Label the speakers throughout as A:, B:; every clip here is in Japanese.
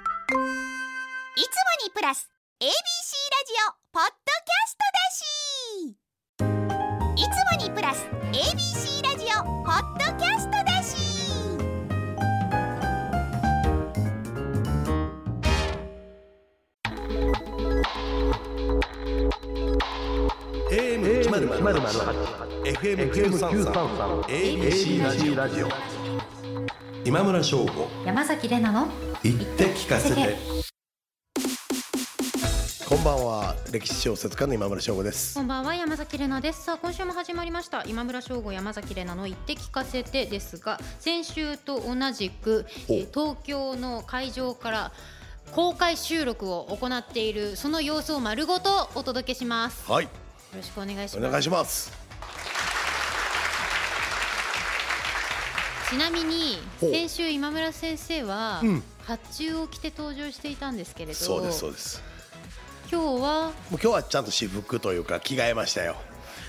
A: いつもにプラス ABC ラジオポッドキャストだしいつもにプラス ABC ラジオポッドキャストだし
B: まるまる
C: FM93 ABC ラジオ今村翔吾
D: 山崎れなの
C: 言って聞かせてこんばんは歴史小説家の今村翔吾です
D: こんばんは山崎れなですさあ今週も始まりました今村翔吾山崎れなの言って聞かせてですが先週と同じく、
C: ほう
D: えー東京の会場から公開収録を行っているその様子を丸ごとお届けしますよ
C: はい
D: ろしくお願いし
C: お
D: ま
C: 願い
D: す
C: します
D: ちなみに
C: ほう
D: 先週今村先生は、
C: うん
D: 発注を着て登場していたんですけれど
C: そうですそうです
D: 今日は
C: もう今日はちゃんと私服というか着替えましたよ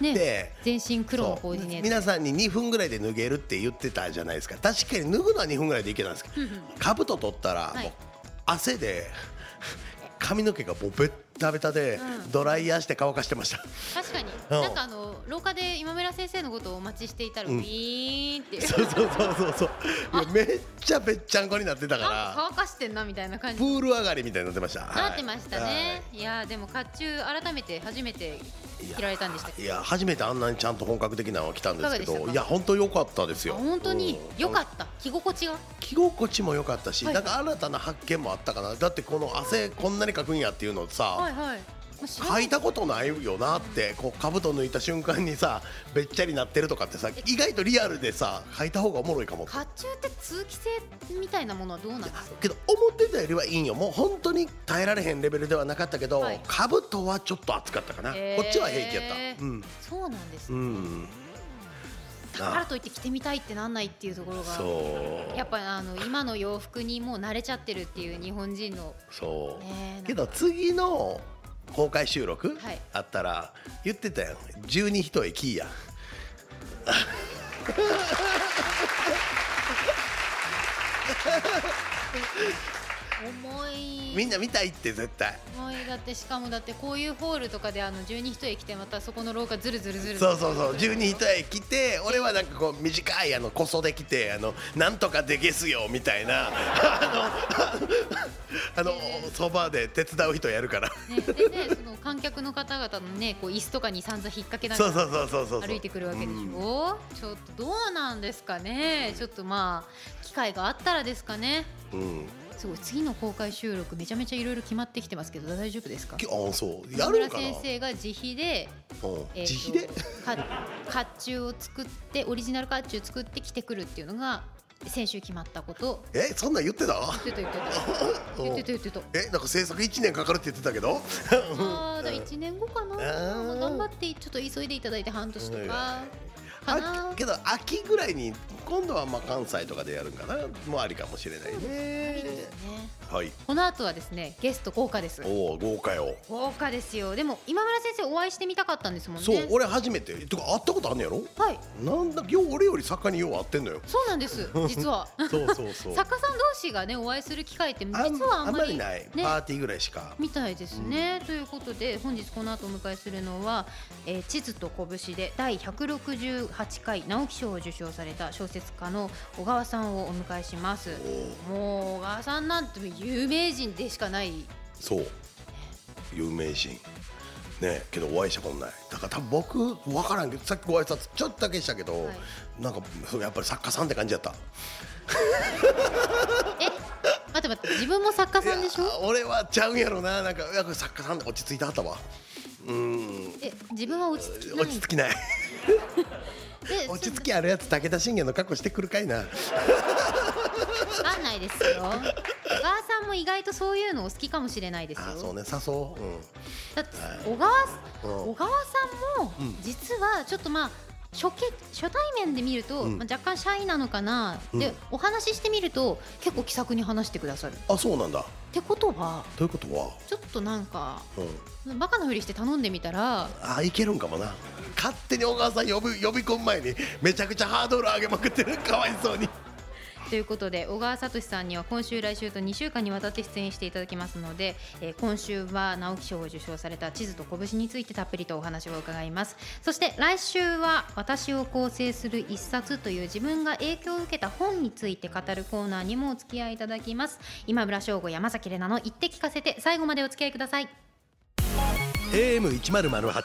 D: ね
C: で
D: 全身黒のコーディネ
C: そう
D: ート
C: 皆さんに2分ぐらいで脱げるって言ってたじゃないですか確かに脱ぐのは2分ぐらいでいけたんですけど兜取ったら
D: はい
C: もう汗で髪の毛がもうベッタベタで
D: うん
C: ドライヤーして乾かしてました、
D: 確かに、
C: うん
D: なんかあの廊下で今村先生のことをお待ちしていたら、
C: ん
D: ビーンって
C: そうそうそうそうそういやめっちゃべっちゃんこになってた
D: な
C: か
D: んか乾かしてんなみたいな感
C: ら
D: じ
C: プ
D: に
C: ール上がりみたいになってました
D: なってました
C: はい
D: ね、い、やーでも甲冑改めて初めて着られたんでしたっ
C: はい
D: け
C: いや初めてあんなにちゃんと本格的なのが来たんですけ
D: いかがでした
C: ど
D: か
C: いや本当良かったですよ
D: 本当に
C: うん
D: 良かった着心地が
C: 着心地も良かったし、
D: はい
C: なんか新たな発見もあったかなだってこの汗こんなにかくんやっていうのさ、
D: はいはいもう知らな
C: 履いたことないよなってこう兜抜いた瞬間にさべっちゃりなってるとかってさ意外とリアルでさ履いた方がおもろいかも
D: 甲冑って通気性みたいなものはどうなんですか
C: けど思ってたよりはいいんよもう本当に耐えられへんレベルではなかったけど、
D: はい
C: 兜はちょっと暑かったかな、
D: へー
C: こっちは平気やったうん
D: そうなんです、
C: う
D: ね
C: ん
D: だからといって着てみたいってなんないっていうところが
C: そう
D: やっぱりあの今の洋服にもう慣れちゃってるっていう日本人の
C: そう、
D: ねえ
C: けど次の公開収録、
D: はい
C: あったら言ってたやん12一駅や
D: 重い
C: みんな見たいって絶対
D: 重いだってしかもだってこういうホールとかであの十二人駅てまたそこの廊下ずるずるずる
C: そうそうそう12一駅来て俺はなんかこう短いあのこそで来てあのなんとかでゲすよみたいなあのあのあのそばで手伝う人やるから
D: ね、でね、その観客の方々のね、こう椅子とかに散々引っ掛けな
C: そうそ
D: が
C: うそうそうそう
D: ら歩いてくるわけでし
C: うん
D: ょ。ちょっとどうなんですかね。ちょっとまあ機会があったらですかね。
C: うん、
D: すごい次の公開収録めちゃめちゃいろいろ決まってきてますけど大丈夫ですか
C: き。あそうや
D: 野
C: る
D: 村
C: んかな
D: 先生が自費で、
C: うん
D: えーと
C: 自費で
D: か甲冑を作ってオリジナル甲冑作って来てくるっていうのが先週決まったこと。
C: えそんなん言ってた
D: 言ってた言ってた。
C: うん
D: 言ってた言ってた。
C: えなんか制作1年かかるって言ってたけど
D: ああ、だから一年後かな。
C: ー
D: まあ頑張ってちょっと急いでいただいて半年とかかな
C: あ。けど秋ぐらいに今度はまあ関西とかでやるんかなもありかもしれないね
D: ね
C: はい
D: この後はですね、ゲスト豪華です。
C: おお豪華よ
D: 豪華ですよ。でも今村先生お会いしてみたかったんですもんね。
C: そう俺初めてとか会ったことあんねやろ
D: はい、
C: なんだよう俺より作家によう会ってんのよ
D: そうなんです。実 は
C: そうそうそ
D: 作家さん同士がねお会いする機会って実
C: あん
D: はあんまり
C: ない、
D: ね
C: パーティーぐらいしか
D: みたいですね、ということで本日この後お迎えするのは、えー地図と拳」で第168回直木賞を受賞された小説家の小川さんをお迎えします
C: おー
D: もう小川さんなんて有名人でしかない
C: そう有名人ねけどお会いしたことないだから多分僕分からんけどさっきご挨拶ちょっとだけしたけど、
D: はい
C: なんかそうやっぱり作家さんって感じやった
D: え待って待って自分も作家さんでし
C: いや
D: ょ
C: 俺はちゃうんやろななんかいやこれ作家さんって落ち着いてはったわうーん
D: え自分は落ち着きない
C: 落ち着きない
D: で
C: 落ち着きあるやつ武田信玄の格好してくるかいな
D: わかんないですよ小川さんも意外とそういうのお好きかもしれないですよ
C: あそうね誘う、うん、
D: だって
C: はい
D: 小川
C: うん
D: 小川さんも
C: うん
D: 実はちょっとまあ初見初対面で見ると、
C: うん
D: まあ、若干シャイなのかな、
C: う
D: で
C: ん
D: お話ししてみると結構気さくに話してくださる。っ
C: あそうなんだ
D: てことは
C: ということは、
D: ちょっとなんか
C: うん、
D: バカなふりして頼んでみたら
C: あいけるんかもな勝手に小川さん呼ぶ呼び込む前にめちゃくちゃハードル上げまくってるかわいそうに
D: ということで小川聡さんには今週来週と2週間にわたって出演していただきますので、えー今週は直木賞を受賞された地図と拳についてたっぷりとお話を伺いますそして来週は私を構成する一冊という自分が影響を受けた本について語るコーナーにもお付き合いいただきます今村翔吾山崎怜奈の言って聞かせて最後までお付き合いください
C: AM 一ゼロゼロ八、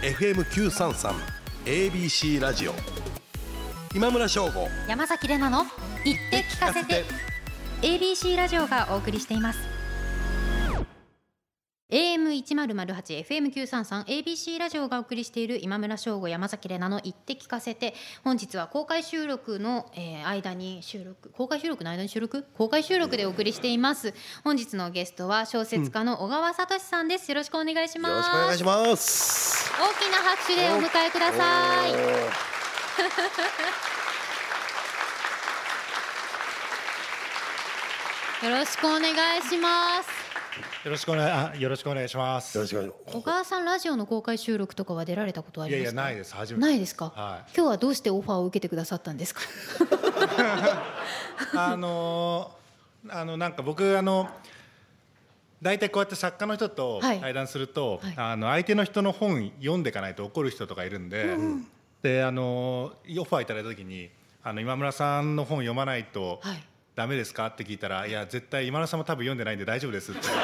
C: FM 九三三、ABC ラジオ。今村翔吾。
D: 山崎怜奈の言って聞かせて ABC ラジオがお送りしています AM1008 FM933 ABC ラジオがお送りしている今村翔吾山崎怜奈の言って聞かせて本日は公開収録の、えー間に収録公開収録の間に収録公開収録でお送りしています本日のゲストは小説家の小川聡さんですよろしくお願いします
C: よろしくお願いします。
D: 大きな拍手でお迎えくださ い
C: おー
D: よろしくお願いします
B: よろしくお願いあよろしくお願いします。
C: よろしくお願いし
D: 小川さんラジオの公開収録とかは出られたことはあ
B: いや
D: り
B: い
D: ま
B: や
D: すか
B: ないです初めて。
D: ないですか、
B: は
D: 今日はどうしてオファーを受けてくださったんですか
B: い。 あのーあのなんか僕あの大体こうやって作家の人と
D: はい
B: 対談すると、
D: はい
B: あの相手の人の本読んでいかないと怒る人とかいるんで、であのーオファーいただいた時にあの今村さんの本読まないと
D: はい
B: ダメですかって聞いたらいや絶対今村さんも多分読んでないんで大丈夫ですって。 だか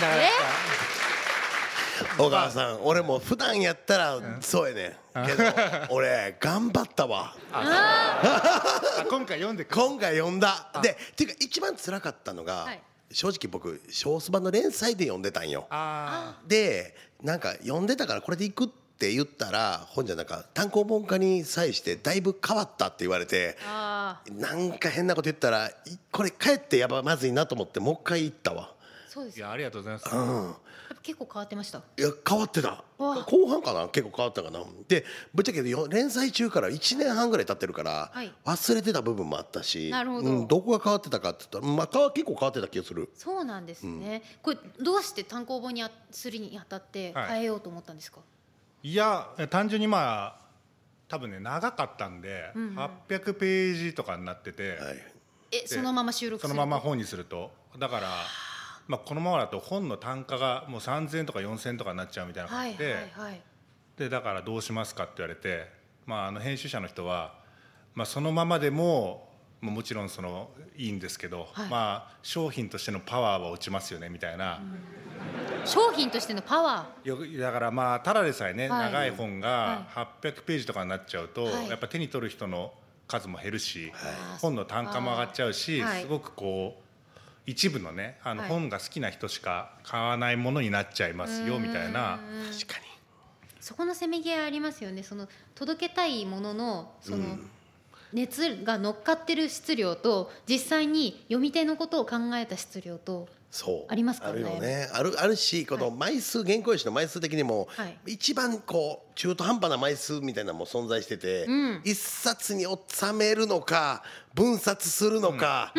B: らやっぱ
C: ます。小川さん、俺も普段やったらそうやね。ん けど、俺頑張ったわ。
B: あ今回読んでくれ
C: 今回読んだ。で、っていうか一番辛かったのが
D: はい、
C: 正直僕少数版の連載で読んでたんよ。
B: あー
C: でなんか読んでたからこれでいくって言ったら本じゃなんか単行本化に際してだいぶ変わったって言われて
D: ああ
C: なんか変なこと言ったらいこれ帰ってやばまずいなと思ってもう一回行ったわ
D: そうです
B: い
D: や
B: やありがとうございます。
C: うん
D: っぱ結構変わってました
C: いや変わってた
D: わあ
C: 後半かな結構変わったかなでぶっちゃけよ連載中から1年半ぐらい経ってるから、
D: はい
C: 忘れてた部分もあったし
D: なるほど
C: うん、どこが変わってたかって言ったら、まあ、か結構変わってた気がする
D: そうなんですね、これどうして単行本にあするにあたって
B: はい
D: 変えようと思ったんですか、
B: いや単純にまあ多分ね長かったんで、
D: んうん
B: 800ページとかになってて、
C: はい
D: えそのまま収録す
B: そ
D: る
B: のまま本にするとだから、まあ、このままだと本の単価がもう3,000とか4,000とかになっちゃうみたいな
D: は
B: 感
D: い
B: じで,、
D: はいはい
B: でだからどうしますかって言われて、まあ、あの編集者の人は、まあ、そのままでももうもちろんそのいいんですけど、
D: はい
B: まあ、商品としてのパワーは落ちますよねみたいな。
D: 商品としてのパワ
B: よくだからまあただでさえね、
D: はい
B: 長い本が800ページとかになっちゃうと、
D: はい
B: やっぱ手に取る人の数も減るし、
D: はい
B: 本の単価も上がっちゃうし、
D: はい
B: すごくこう一部のねあの
D: はい
B: 本が好きな人しか買わないものになっちゃいますよ、みた
C: 確か
B: いな
C: に
D: ーそこのせめぎ合いありますよねその届けたいもののその、熱が乗っかってる質量と実際に読み手のことを考えた質量と
C: そう
D: ありますからね
C: あるよねあるあるしこの枚数、原稿用紙の枚数的にも、
D: はい
C: 一番こう中途半端な枚数みたいなのも存在してて、
D: ん
C: 一冊に収めるのか分冊するのか、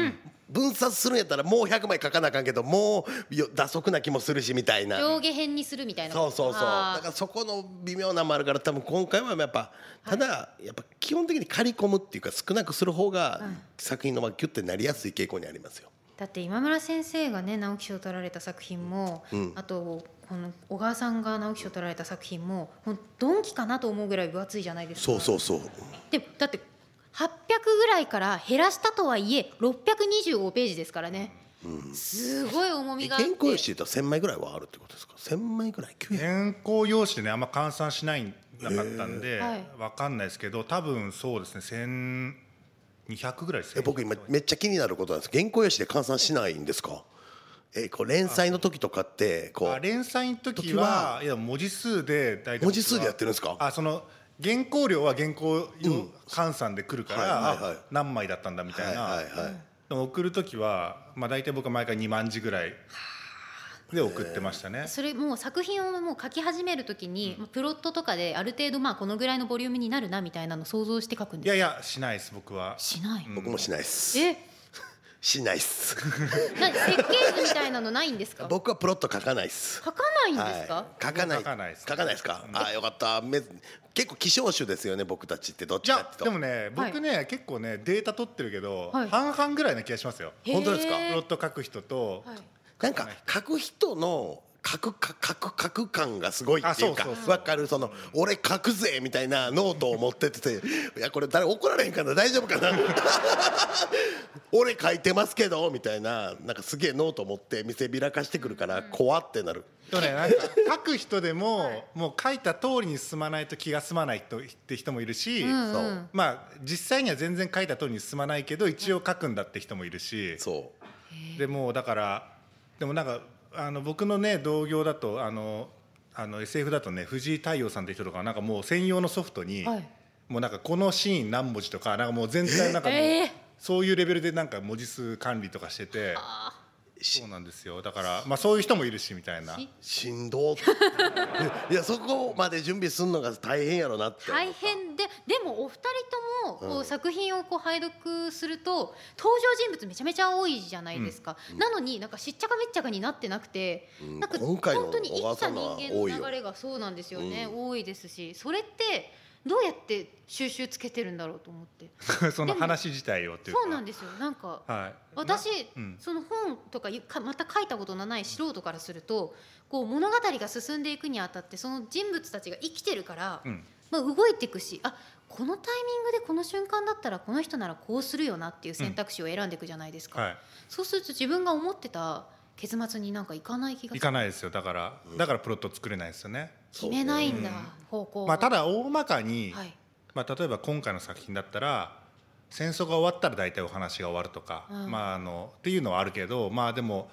C: 分冊するんやったらもう100枚書かなあかんけどもうよ打足な気もするしみたいな。
D: 上下編にするみたいな
C: そうそうそうだ
D: あー
C: からそこの微妙なのもあるから多分今回はやっぱただ、やっぱ基本的に刈り込むっていうか少なくする方が作品のまあギュッてなりやすい傾向にありますよ。
D: だって今村先生がね直木賞を取られた作品も、
C: ん
D: あとこの小川さんが直木賞を取られた作品もほんドンキかなと思うぐらい分厚いじゃないですか
C: そうそうそう
D: でもだって800ぐらいから減らしたとはいえ625ページですからね、すごい重みがあって
C: 健康用紙で言ったら1000枚ぐらいはあるってことですか1000枚ぐらい900
B: 原稿用紙でねあんま換算しないなかったんで、
D: はい
B: わかんないですけど多分そうですね1200ぐらいです
C: え
B: ね
C: 僕今めっちゃ気になることなんです原稿用紙で換算しないんですかえこう連載の時とかってこ
B: あ
C: う
B: 連載の時
C: 時は
B: はいや文字数で大体僕は
C: 文字数でやってるんですか
B: あその原稿料は原稿用換算で来るから、
C: はいはいはい
B: あ何枚だったんだみた
C: はいい
B: な、
C: はいはい、
B: でも送る時は、まあ、大体僕は毎回2万字ぐらいで送ってましたね、
D: それもう作品をもう書き始めるときに、まあプロットとかである程度まあこのぐらいのボリュームになるなみたいなのを想像して書くん
B: い
D: です
B: や
D: か
B: いやしないです僕は
D: しない、
C: 僕もしないです
D: え
C: しないっ す
D: な設計図みたいなのないんですか
C: 僕はプロット書かないっす
D: 書かないんですか、
C: い、書かない
B: 書かないっす
C: 書かないですか、あよかっため結構希少種ですよね僕たちってどっち
B: じ
C: か
B: ゃ
C: っていう
B: あ
C: と
B: でもね僕ね、結構ねデータ取ってるけど、
D: はい
B: 半々ぐらいな気がしますよ
D: へー
C: 本当ですか
B: プロット書く人と、
D: はい
C: なんか書く人の書くか書く書く感がすごいっていう
B: あ
C: か
B: そうそうそう
C: わかるその俺書くぜみたいなノートを持ってっていやこれ誰怒られへんかな大丈夫かな 俺書いてますけどみたいななんかすげえノート持って見せびらかしてくるから怖ってなる
B: でもねなんか書く人 でも、もう書いた通りに進まないと気が済まない人って人もいるし、
D: うんう
C: そ
D: ん
C: う
B: まあ実際には全然書いた通りに進まないけど一応書くんだって人もいるし、
C: そう
B: でもうだからでもなんかあの僕のね同業だとあのあの SF だとね藤井太陽さんって人とかはなんかもう専用のソフトに、
D: はい
B: もうなんかこのシーン何文字とかなんかもう全体なんかもう、
D: えー
B: そういうレベルでなんか文字数管理とかしてて
C: し
B: そうなんですよだからまあそういう人もいるしみたいな
D: し
C: しんど っいやそこまで準備するのが大変やろなって
D: 大変ででもお二人ともこう、
C: うん
D: 作品をこう拝読すると登場人物めちゃめちゃ多いじゃないですか、なのになんかしっちゃかめっちゃかになってなくて、
C: ん
D: なんか
C: 今回の
D: 本当に生きた人
C: 小川さんの
D: 間の
C: は多いよ
D: 流れがそうなんですよね、
C: う
D: 多いですしそれってどうやって収集つけてるんだろうと思って
B: その話自体をっていうか
D: そうなんですよなんか
B: はい
D: 私、
B: うん
D: その本とかゆかまた書いたことのない素人からするとこう物語が進んでいくにあたってその人物たちが生きてるから、
B: うん
D: まあ、動いていくしあこのタイミングでこの瞬間だったらこの人ならこうするよなっていう選択肢を選んでいくじゃないですか、
B: はい
D: そうすると自分が思ってた結末になんかいかない気が
B: い
D: する
B: かないですよだからだからプロット作れないですよね、
D: 決めないんだ、方向を
B: まあ、ただ大まかに、
D: はい
B: まあ、例えば今回の作品だったら戦争が終わったら大体お話が終わるとか、
D: うん
B: まあ、あのっていうのはあるけど、まあ、でも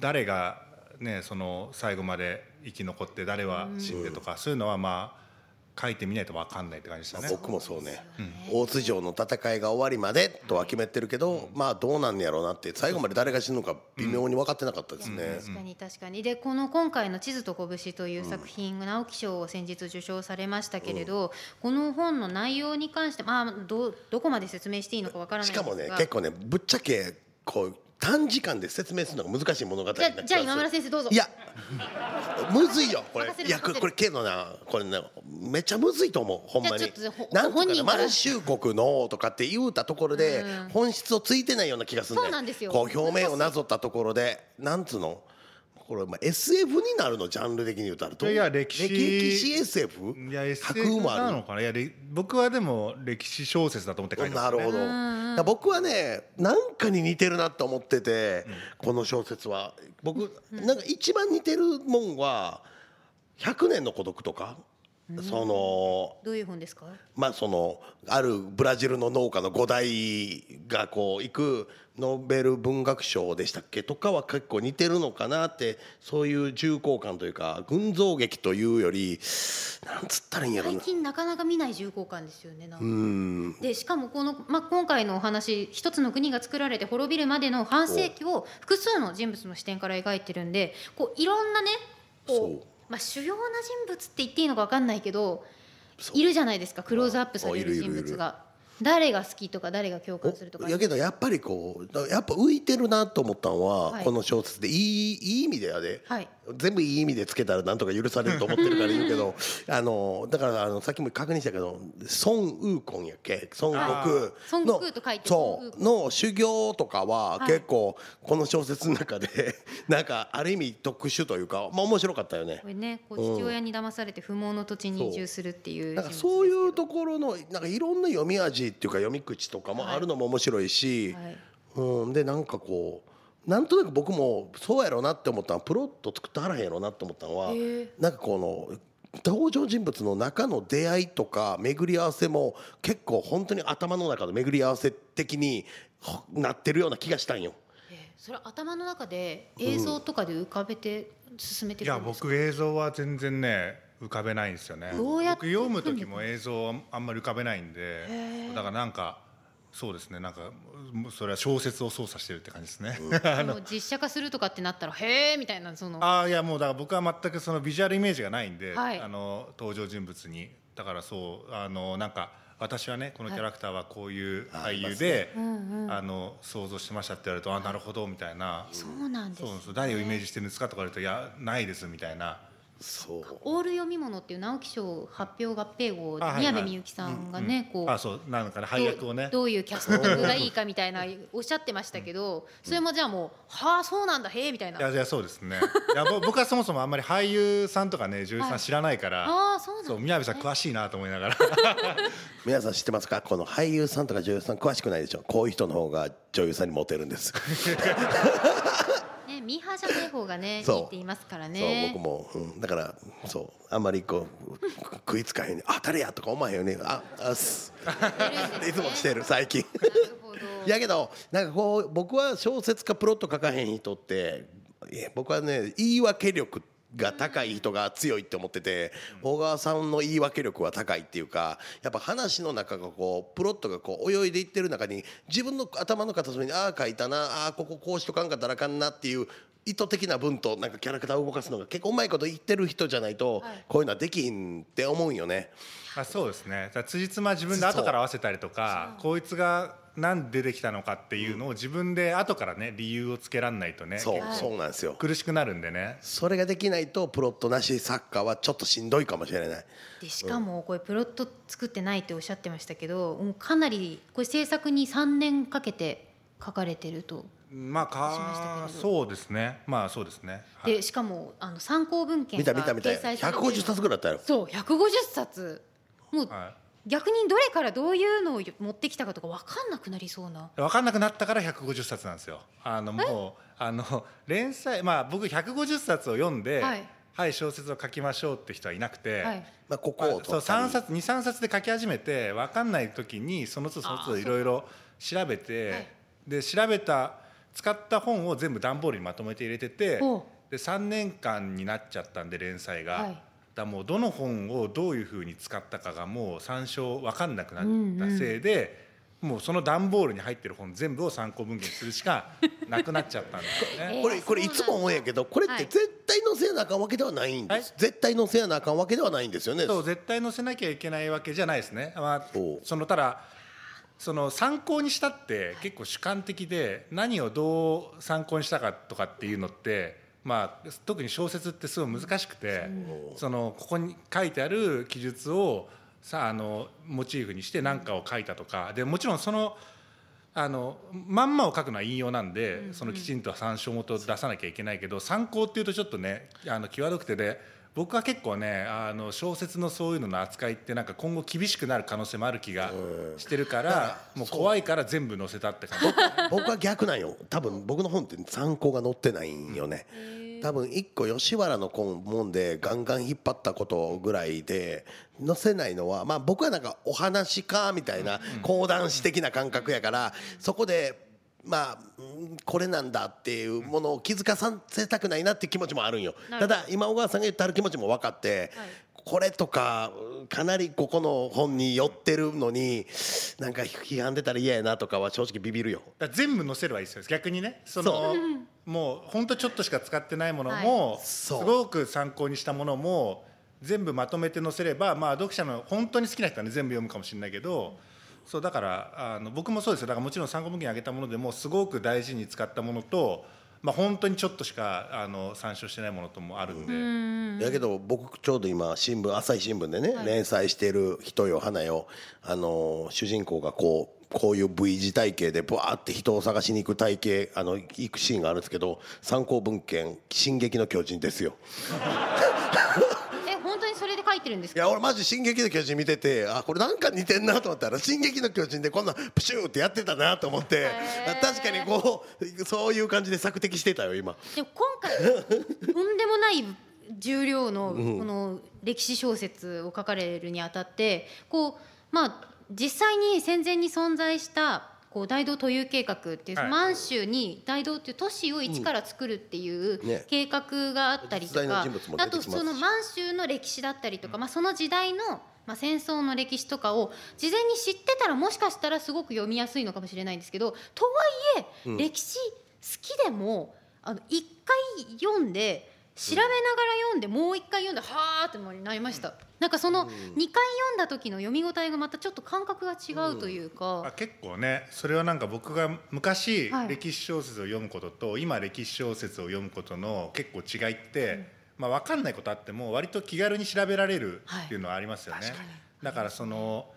B: 誰が、ね、その最後まで生き残って誰は死んでとか、そういうのはまあ書いてみないと分かんないって感じでしたね。
C: 僕もそうね
D: うん
C: 大津城の戦いが終わりまでとは決めてるけど、まあどうなんやろうなって最後まで誰が死ぬのか微妙に分かってなかったですね、
D: 確かに確かにでこの今回の「地図と拳」という作品、直木賞を先日受賞されましたけれど、この本の内容に関してまあどどこまで説明していいのかわからない
C: し
D: んで
C: か
D: すが
C: もね結構ねぶっちゃけこう短時間で説明するのが難しい物語に
D: じ
C: な
D: ゃ
C: っちゃう
D: じゃあ今村先生どうぞ
C: いやむずいよこれ
D: 任せる
C: いやこれ
D: 任せる
C: これけどなこれねめっちゃむずいと思うほんま
D: じゃ
C: に
D: あちょっとほ
C: なんとか
D: 本
C: な
D: 人から
C: 満州国のとかって言うたところで
D: うん
C: 本質をついてないような気がする
D: そうなんですよ
C: こう表面をなぞったところでなんつうのこれまあ SF になるのジャンル的に言うたらどう
B: いや歴史
C: 歴史 SF
B: いや SF
C: 白馬
B: なのかないやれ僕はでも歴史小説だと思って書いてま
C: な
B: す、
C: る
B: ね、
C: ほど、
D: うんうん
C: 僕はねなんかに似てるなと思ってて、この小説は僕、なんか一番似てるもんは「100年の孤独」とか、その
D: どういう本ですか
C: まあそのあるブラジルの農家の5代がこう行くノーベル文学賞でしたっけとかは結構似てるのかなってそういう重厚感というか群像劇というよりなんつったらいいんやろ
D: 最
C: な。
D: 近なかなか見ない重厚感ですよねなんか
C: うん
D: でしかもこの、まあ、今回のお話一つの国が作られて滅びるまでの半世紀を複数の人物の視点から描いてるんでこういろんなね
C: そう
D: こう、まあ、主要な人物って言っていいのか分かんないけど
C: そう
D: いるじゃないですかクローズアップされ
C: あいる
D: る
C: いる
D: 人
C: いる
D: 物が誰が好きとか誰が共感するとか
C: おやけどやっぱりこうやっぱ浮いてるなと思ったのは、
D: はい
C: この小説でいいいい意味でやで、
D: はい
C: 全部いい意味でつけたらなんとか許されると思ってるから言うけ どあのだからあのさっきも確認したけど孫悟空やっけ孫
B: あー
C: 悟空
D: 孫悟空と書いて
C: そ
D: 孫悟
C: うの修行とかは
D: はい
C: 結構この小説の中で なんかある意味特殊というか、まあ、面白かったよね
D: こ。れねこう父親に騙されて不毛の土地に移住するっていう
C: なんか
D: 人
C: そう
D: 物
C: いうところのなんかいろんな読み味っていうか読み口とかもあるのも面白いし、
D: はい
C: うん、でなんかこうなんとなく僕もそうやろうなって思ったのはプロット作ってはらへんやろうなって思ったのは
D: へえ
C: なんかこの登場人物の中の出会いとか巡り合わせも結構本当に頭の中の巡り合わせ的にほなってるような気がしたんよ。
D: えーそれ頭の中で映像とかで浮かべて進めて
B: い
D: る
B: や
D: んですか、
B: 僕映像は全然ね浮かべないんですよね
D: どうやっ
B: 僕
D: て
B: 読む時も映像はあんまり浮かべないんでだからなんかそうですねなんかもうそれは小説を操作してるって感じですね、
D: その実写化するとかってなったらへえみたいなその
B: ああいやもうだから僕は全くそのビジュアルイメージがないんで、
D: はい
B: あの登場人物にだからそうあのなんか私はねこのキャラクターはこういう
C: あ
B: 俳
C: いま
B: 優
C: すね
B: で、
D: うんうん
B: あの想像してましたって言われるとあなるほどみたいな
D: そうなんです、
B: そう
D: ね。
B: なんです誰をイメージしてるんですかとか言われるといやないですみたいな
C: そう
D: オール読み物っていう直木賞発表合併号で
B: あはい
D: 宮部みゆきさんがね、こう。
B: あそうなのかね配役をね
D: どうどういうキャスティングがいいかみた いなおっしゃってましたけど、それもじゃあもう「はあそうなんだへえ」みたいない
B: やいやそうですねいやぼ 僕はそもそもあんまり俳優さんとかね女優さ
D: は
B: ん
D: い
B: 知らないから、
D: ああそうなんだ
B: そう宮部さん詳しいなと思い ながら
C: 皆さん知ってますかこの俳優さんとか女優さん詳しくないでしょこういう人の方が女優さんにモテるんです、
D: ねミーハーじゃない方がねいいっ
C: そう
D: て言いますからね
C: そう僕も、うん、だからそうあんまりこうく食いつかへんねあ誰やとか思わへんよねああす
D: 僕
C: いつもしてる最近
D: なるほど
C: い やけどなんかこう僕は小説かプロット書かへん人っていや僕はね言い訳力が高い人が強いって思ってて小川さんの言い訳力は高いっていうかやっぱ話の中がこうプロットがこう泳いでいってる中に自分の頭の片隅にああ書いたなああこここうしとかんかったらあかんなっていう意図的な文となんかキャラクターを動かすのが結構うまいこと言ってる人じゃないと
D: はい
C: こういうのはできひんって思うんよね。
B: あそうですねだから辻褄自分で後から合わせたりとかこいつが何で出てきたのかっていうのを自分で後からね理由をつけらんないとね
C: そう
B: 結構
C: そうなんですよ
B: 苦しくなるんでね
C: それができないとプロットなしサッカーはちょっとしんどいかもしれない。
D: でしかもこれプロット作ってないっておっしゃってましたけどもうかなりこれ制作に3年かけて書かれてると
B: まあ
D: しました
B: か
D: けれど
B: そうですねまあそうですね、はい
D: でしかもあの参考文献
C: 見
D: が
C: た見た見た
D: 掲載されて
C: 150冊ぐらいあったよ
D: そう150冊もう
B: は、
D: 逆にどれからどういうのを持ってきたかとか分かんなくなりそうない
B: 分かんなくなったから150冊なんですよあのもうあの連載まあ僕150冊を読んで、
D: は
B: はいい小説を書きましょうって人はいなくて、
D: はい
C: まあ、ここ
B: ま
C: を
B: あ
C: 取った
B: そ
C: り
B: う3冊23冊で書き始めて分かんない時にその都度その都
D: あー
B: 度いろいろ調べ
D: は
B: て
D: い
B: で調べた使った本を全部段ボールにまとめて入れてて
D: ほ
B: で3年間になっちゃったんで連載が。
D: はい
B: だからもうどの本をどういうふうに使ったかがもう参照分かんなくなったせいで、もうその段ボールに入ってる本全部を参考文献にするしかなくなっちゃったんですよ
D: えー
B: ね。
C: これこれいつも思うんやけどこれっ
D: はい
C: て絶対載せなあかんわけではないんです、
B: はい
C: 絶対載せなあかんわけではないんですよね
B: そう絶対載せなきゃいけないわけじゃないですね。まあ
C: おう、
B: そのただその参考にしたって結構主観的で何をどう参考にしたかとかっていうのって、まあ、特に小説ってすごい難しくてそのここに書いてある記述をさあのモチーフにして何かを書いたとかでもちろんそのあのまんまを書くのは引用なんで、そのきちんと参照元を出さなきゃいけないけど参考っていうとちょっとねあの際どくてで僕は結構ねあの小説のそういうのの扱いってなんか今後厳しくなる可能性もある気がしてるから もう怖いから全部載せたって感じ。
C: 僕 は逆なんよ多分僕の本って参考が載ってないんよね、多分一個吉原のもんでガンガン引っ張ったことぐらいで載せないのはまあ僕はなんかお話かみたいな講談師的な感覚やからそこでまあうんこれなんだっていうものを気づかさせたくないなって気持ちもあるんよ
D: なる
C: た
D: ほど
C: だ今小川さんが言ってある気持ちも分かって、
D: はい
C: これとかうんかなりここの本に寄ってるのになんか批判出たら嫌やなとかは正直ビビるよ。
B: だから全部載せればいいですよ逆にねそのもうほんとちょっとしか使ってないものも、す
C: そう
B: ごく参考にしたものも全部まとめて載せればまあ読者の本当に好きな人はね全部読むかもしれないけど、そうだからあの僕もそうですよだからもちろん参考文献にあげたものでもすごく大事に使ったものと、まあ、本当にちょっとしかあの参照してないものともあるんで、
C: だけど僕ちょうど今新聞朝日新聞でね、
D: はい
C: 連載している「人よ花よ」あのー主人公がこうこういう V 字体型でバーって人を探しに行く体型あの行くシーンがあるんですけど参考文献「進撃の巨人」ですよ。
D: え本当にそれで書いてるんです
C: い
D: か
C: や俺マジ「進撃の巨人」見ててあこれなんか似てんなと思ったら「進撃の巨人」でこんなプシューってやってたなと思って
D: ー
C: 確かにこうそういう感じで索敵してたよ今。
D: でも今 回とんでもない重量のこの歴史小説を書かれるにあたってこうまあ実際に戦前に存在したこう大道都有計画っていう、
B: はい
D: 満州に大道っていう都市を一から作るっていう
C: うんね
D: 計画があったりと
C: 実
D: か、
C: 在の人物も
D: あ
C: 出てきますし
D: とその満州の歴史だったりとか、まあ、その時代の、まあ、戦争の歴史とかを事前に知ってたらもしかしたらすごく読みやすいのかもしれないんですけどとはいえ、歴史好きでもあの一回読んで調べながら読んでもう一回読んではーってもなりました、なんかその2回読んだ時の読み応えがまたちょっと感覚が違うという
B: あ
D: か、
B: 結構ねそれはなんか僕が昔
D: はい
B: 歴史小説を読むことと今歴史小説を読むことの結構違いって、まあ、分かんないことあっても割と気軽に調べられるっていうのはありますよね。
D: はい確かに
B: だからその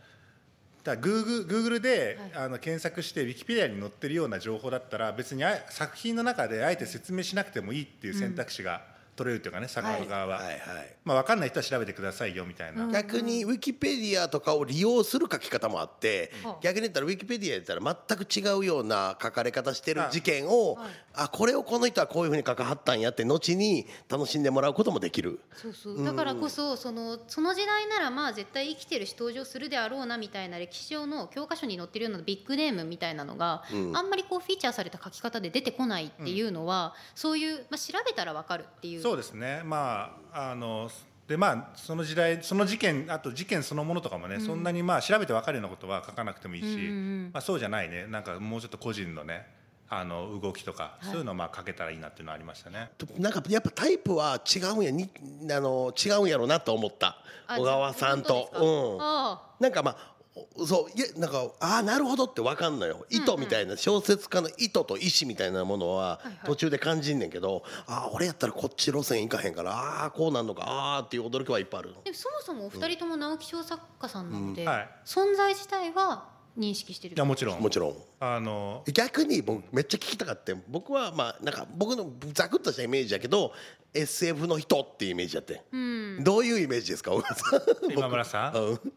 B: だグーグル Google で、あの検索してウィキペディアに載ってるような情報だったら別にあえ作品の中であえて説明しなくてもいいっていう選択肢が取れるというかね、作家側は、
C: はいはい
B: まあ、分かんない人は調べてくださいよみたいな、
C: 逆にウィキペディアとかを利用する書き方もあって、
D: うん
C: 逆に言ったらウィキペディアやったら全く違うような書かれ方してる
B: はい
C: 事件を、
D: はい
C: あこれをこの人はこういうふうに書かはったんやって後に楽しんでもらうこともできる。
D: そうそうだからこそそのその時代ならまあ絶対生きてるし登場するであろうなみたいな歴史上の教科書に載ってるようなビッグネームみたいなのが、
C: うん
D: あんまりこうフィーチャーされた書き方で出てこないっていうのは、そういう、まあ、調べたらわかるっていう
B: そうですねまああのでまあその時代その事件あと事件そのものとかもね、そんなにまあ調べて分かるようなことは書かなくてもいいし、
D: うんうんうん
B: まあ、そうじゃないねなんかもうちょっと個人のねあの動きとか、そういうのをまあ書けたらいいなっていうのはありましたね。
C: なんかやっぱタイプは違うんやにあの違うんやろうなと思った
D: あ
C: 小川さん
D: 本当
C: と
D: で。すか
C: うん
D: あ
C: なんかまあおそういやなんかああなるほどってわかんのよ意図みたいな、小説家の意図と意志みたいなものは途中で感じんねんけど、ああ俺やったらこっち路線行かへんからああこうなんのかああっていう驚きはいっぱいあるの
D: あでもそもそもお二人とも直木賞作家さんなので、
B: うんはい
D: 存在自体は認識してる
B: いやもちろん
C: もちろん
B: あの
C: 逆に僕めっちゃ聞きたかったよ僕はまあなんか僕のザクッとしたイメージやけど SF の人っていうイメージやって、
D: うん、
C: どういうイメージですか小川さん
B: 今村さん
C: うん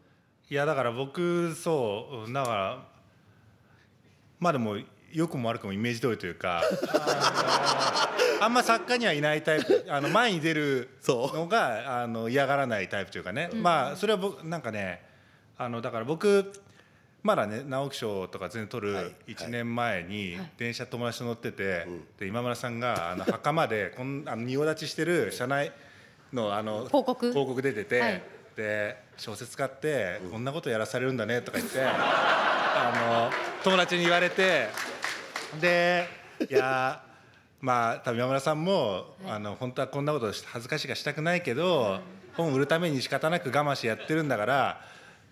B: いやだから僕そううんだからまあでも良くも悪くもイメージ通りという かあのあんま作家にはいないタイプあの前に出る
C: そう
B: のがあの嫌がらないタイプというかね、まあそれは僕なんかねあのだから僕まだね直木賞とか全然取
C: はいは
B: る
C: い
B: 1年前に
D: はい
B: 電車友達と乗ってて、で今村さんがあの袴でこんあの仁王立ちしてる車内のあの
D: 広告
B: 広告出てて、
D: はい
B: で小説家ってこんなことやらされるんだねとか言って、 あの友達に言われてでいや ーまあ多分山村さんも、あの本当はこんなことし恥ずかしがしたくないけど、本売るために仕方なく我慢してやってるんだから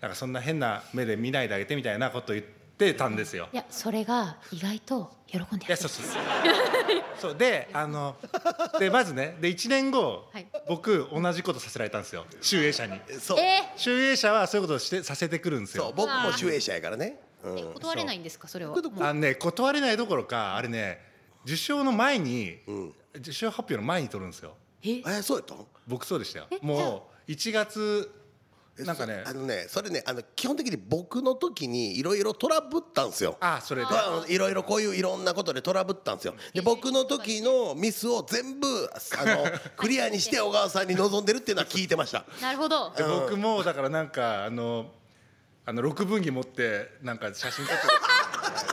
B: なんかそんな変な目で見ないであげてみたいなこと言ってたんですよ。
D: いやそれが意外と喜んで
B: いやそうそうそうそうであのでまずねで1年後、
D: はい
B: 僕同じことさせられたんですよ集英社に。
C: そう、
D: え
B: 集英社はそういうことをしてさせてくるんです
C: そう
B: よ。
C: 僕も主演者やからね、う
D: ーえ
C: ん、
D: 断れないんですかそれは
B: あのね断れないどころかあれね受賞の前に、受賞発表の前に取るんですよ。
D: え
C: えそうやったん
B: 僕そうでしたよ
D: え。
B: もう1月
C: え
B: なんかね
C: そあのねそれねあの基本的に僕の時にいろいろトラブったんですよ。
B: あそれで
C: あいろいろこういういろんなことでトラブったんですよ。で僕の時のミスを全部あ のクリアにして小川さんに望んでるっていうのは聞いてました。
D: なるほど
B: で僕もだからなんかあのあの六分儀持ってなんか写真撮って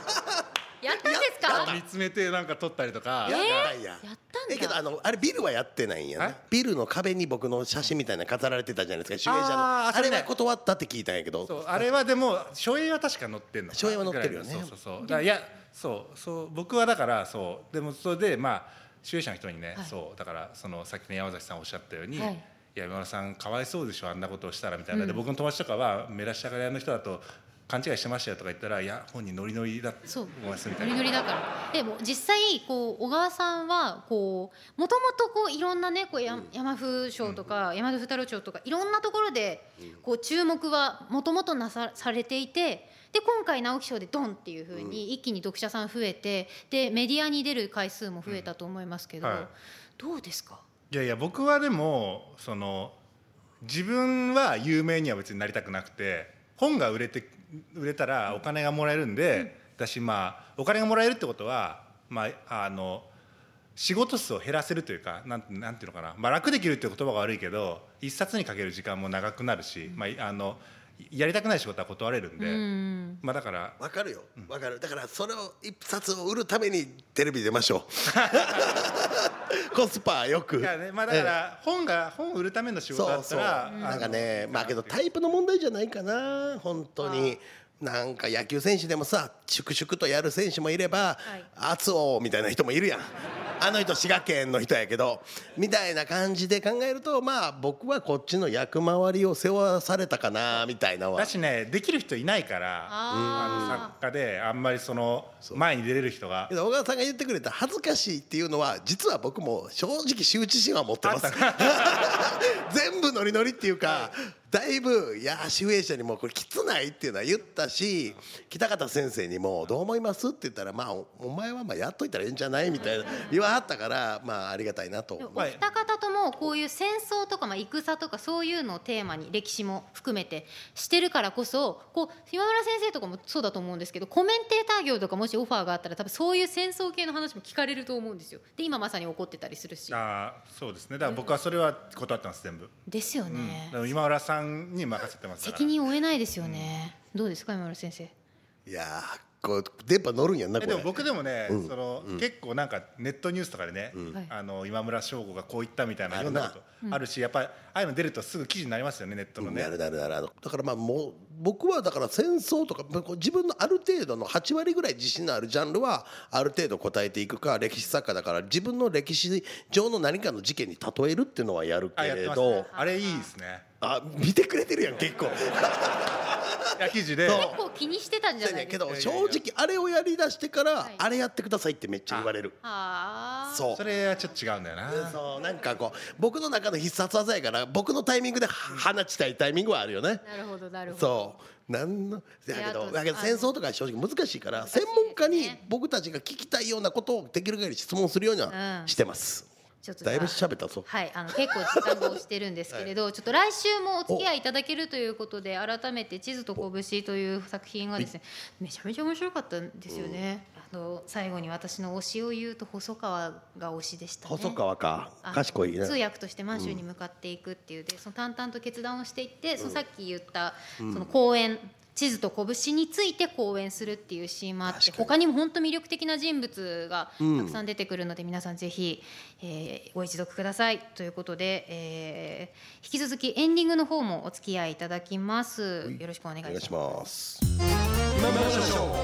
D: やったんですか
B: 見つめてなんか撮ったりとか。
C: やったんや。
D: やったんだ
C: えけどあのあれビルはやってないんや
B: え
C: な。ビルの壁に僕の写真みたいなの飾られてたじゃないですか。主演者の
B: あ
C: あ,、
B: ーそれ
C: れ
B: ね
C: は断ったって聞いたんやけど。
B: そうあれはでも初演は確か載ってんのかな
C: 初演は載ってるよね
B: ぐらいのそうそうそうだからいやそうそう僕はだからそうでもそれでまあ主演者の人にね、
D: はい
B: そうだからそのさっきの山崎さんおっしゃったように、
D: はい
B: い、や山田さんかわいそうでしょあんなことをしたらみたいな、で僕の友達とかは目立ちたがり屋の人だと勘違いしてましたよとか言ったらいや本人ノリノリだって
D: そ
B: 思
D: う
B: いますみた
D: ノ
B: い
D: リノ
B: な
D: リだからでも実際こう小川さんはこうもともとこういろんなねこうや、山風賞とか、山田風太郎賞とかいろんなところでこう注目はもともとなさされていてで今回直木賞でドンっていうふうに一気に読者さん増えてでメディアに出る回数も増えたと思いますけど、
B: うんはい
D: どうですか
B: いやいや僕はでもその自分は有名には別になりたくなくて本が売れて売れたらお金がもらえるんで、だしまあお金がもらえるってことはまああの仕事数を減らせるというかなんなんていうのかな、まあ、楽できるっていう言葉が悪いけど一冊にかける時間も長くなるし、まあ、あのやりたくない仕事は断れるんで、
D: うん
B: まあ、だから
C: わかるよ。わかる。だからそれを一冊を売るためにテレビ出ましょう。 コスパよく。
B: いやねまあ、だから本が本を売るための仕事だ
C: そう
B: った
C: そう
B: らあの
C: なんかねまあけどタイプの問題じゃないかな本当になんか野球選手でもさ粛々とやる選手もいれば
D: はい
C: 「熱男」みたいな人もいるやんあの人滋賀県の人やけどみたいな感じで考えるとまあ僕はこっちの役回りを背負わされたかなみたいなのは
B: だしねできる人いないからあ
D: あ
B: の作家であんまりその
C: そう
B: 前に出れる人が
C: けど小川さんが言ってくれた恥ずかしいっていうのは実は僕も正直羞恥心は持ってます 全部ノリノリっていうかだいぶいやー集英社にもこれきつないっていうのは言ったし北方先生にも「どう思います?」って言ったら「まあおお前はまあやっといたらええんじゃない?」みたいな言わはったからまあありがたいなと
D: で
C: 思
D: も
C: う
D: お二方ともこういう戦争とか、まあ、戦とかそういうのをテーマに歴史も含めてしてるからこそこう今村先生とかもそうだと思うんですけどコメンテーター業とかもしオファーがあったら多分そういう戦争系の話も聞かれると思うんですよ。で今まさに怒ってたりするし。
B: あーそうですねだから僕はそれは断ってます全部、
D: ですよ
B: うん
D: ね、
B: だから今村さんに任せてますから
D: 責任を負えないですよね。どうですか今村先生。
C: いやーこう電波乗るんやんな
B: え
C: こ
B: で
C: れ
B: も僕でもね、
C: うん
B: その
C: うん
B: 結構なんかネットニュースとかでね、
D: はい
B: あの今村翔吾がこう言ったみたいな
C: あ
B: い
C: る
B: ろん
C: な
B: なことあるしやっぱりああいうの出るとすぐ記事になりますよねネットのね
C: なるなるなるあのだからまあもう僕はだから戦争とかまあこう自分のある程度の8割ぐらい自信のあるジャンルはある程度答えていくか歴史作家だから自分の歴史上の何かの事件に例えるっていうのはやるけ
B: あやって
C: れ
B: ます
C: ど
B: ねあれいいですね
C: あ見てくれてるやん結構。
B: いや記事で
C: そう
D: 結構気にしてたんじゃ
C: せやね
D: な
C: ん
D: いで
C: け
D: すか。
C: ど
B: いや
C: 正
B: いやいや
C: 直あれをやりだしてから
D: い
C: あれやってくださいってめっちゃ言われる。
D: ああ。
C: そう
B: それはちょっと違うんだよな
C: そうなんかこう僕の中の必殺技やから僕のタイミングで放ちたいタイミングはあるよね。
D: なるほどなるほど。
C: そうなんのだけ
D: あ
C: ど
D: と
C: だけど
D: あの
C: 戦争とか正直難しいから
D: 難しいです
C: 専
D: ね
C: 門家に僕たちが聞きたいようなことをできる限り質問するようには
D: うん
C: してます、
D: ちょっとじ
C: だ
D: ゃあ
C: いぶ喋ったぞ
D: はい、あの結構時間が押してるんですけれど、ちょっと来週もお付き合いいただけるということで改めて「地図と拳」という作品がですねめちゃめちゃ面白かったんですよね。あの最後に私の推しを言うと細川が推しでしたね。
C: 細川か
D: あの
C: 賢いね
D: 通訳として満州に向かっていくっていうでその淡々と決断をしていって、そのさっき言ったその講演、地図と拳について講演するっていうシーンもあっ
C: 確か
D: て
C: に
D: 他にも本当魅力的な人物が
C: うん
D: たくさん出てくるので、皆さんぜひ、えーご一読くださいということで、えー引き続きエンディングの方もお付き合いいただきますよろしくお願いし
C: お願
D: ま
C: い
D: す
C: します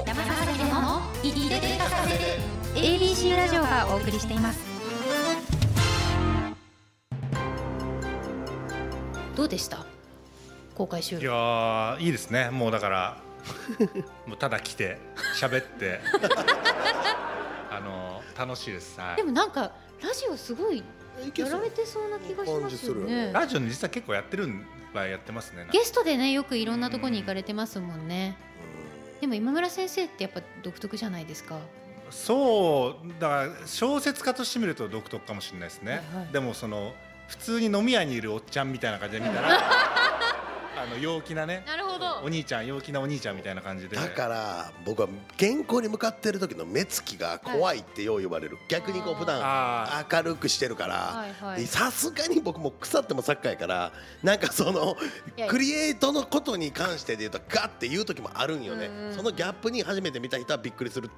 E: 山崎でもいででかせで ABC ラジオがお送りしています
D: どうでした公開収
B: い
D: 録
B: やーいいですねもうだからもうただ来て喋って あの楽しいですはい
D: でもなんかラジオすごい
C: いけ
D: や
C: そ
D: ら
C: う
D: れてそうな気がしますよ
C: いい感じするよね
D: ね。
B: ラジオに実は結構やってる場合やってますねなんか
D: ゲストでねよくいろんなとこに行かれてますもんね。でも今村先生ってやっぱ独特じゃないですか。
B: そうだから小説家として見ると独特かもしれないですね、
D: はいはい
B: でもその普通に飲み屋にいるおっちゃんみたいな感じで見 たらあの陽気なね
D: るほ
B: お兄ちゃん陽気なお兄ちゃんみたいな感じで
C: だから僕は原稿に向かってる時の目つきが怖いってよう言われる逆にこう普段
B: あ
C: 明るくしてるから、
D: はいは
C: で
D: い。
C: さすがに僕も腐ってもサッカーやからなんかその
D: いや
C: クリエイトのことに関してで言うとガッて言う時もあるんよね
D: うんうん
C: そのギャップに初めて見た人はびっくりするっ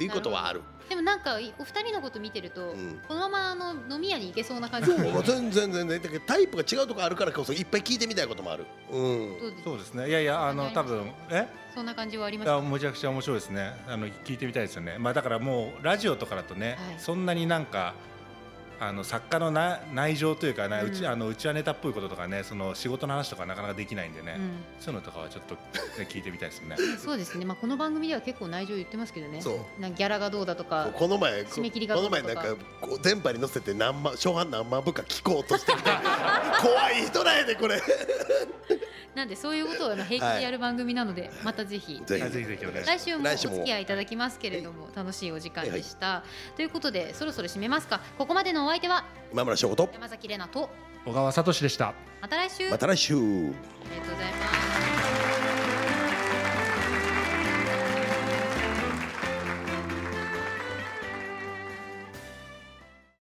C: ていうことはある
D: でもなんかお二人のこと見てると、
C: ん
D: このままあの飲み屋に行けそうな感じ。
C: そう
D: どう
C: 全然全然だけどタイプが違うとこあるからこそいっぱい聞いてみたいこともあるうん
D: で
B: ー
D: す
B: そうですねいやいやあ
D: わ
B: の
D: か
B: 多
D: りま
B: 分え
D: そんな感じはありま
B: い
D: すか。
B: やめちゃくちゃ面白いですねあの聞いてみたいですよねまあだからもうラジオとかだとね、
D: はい
B: そんなになんかあの作家のな内情というかね、
D: うん
B: うちあのうちはネタっぽいこととかねその仕事の話とかなかなかできないんでね、
D: うん。
B: そういうのとかはちょっと、ね、聞いてみたいですね
D: そうですね。まあこの番組では結構内情言ってますけどね。
C: そう
D: なんかギャラがどうだとか。
C: この前こ
D: 締め切りが
C: こ
D: ど
C: の
D: うだ
C: 前
D: と
C: な
D: か
C: んかこう電波に乗せて何万初版何万部か聞こうとしてみた 怖い人なんやでこれ
D: なんでそういうことをあの平気でやる番組なので、またぜひ。
C: ぜ
B: ひぜひお願いし
D: 来週もお
C: 来週
D: 付き合いいただきますけれども楽しいお時間でした、ということでそろそろ締めますかここまでのお相手は
C: 今村翔吾と
D: 山崎怜奈と
B: 小川聡でした
D: また来週、
C: また来週
D: ありがとうございます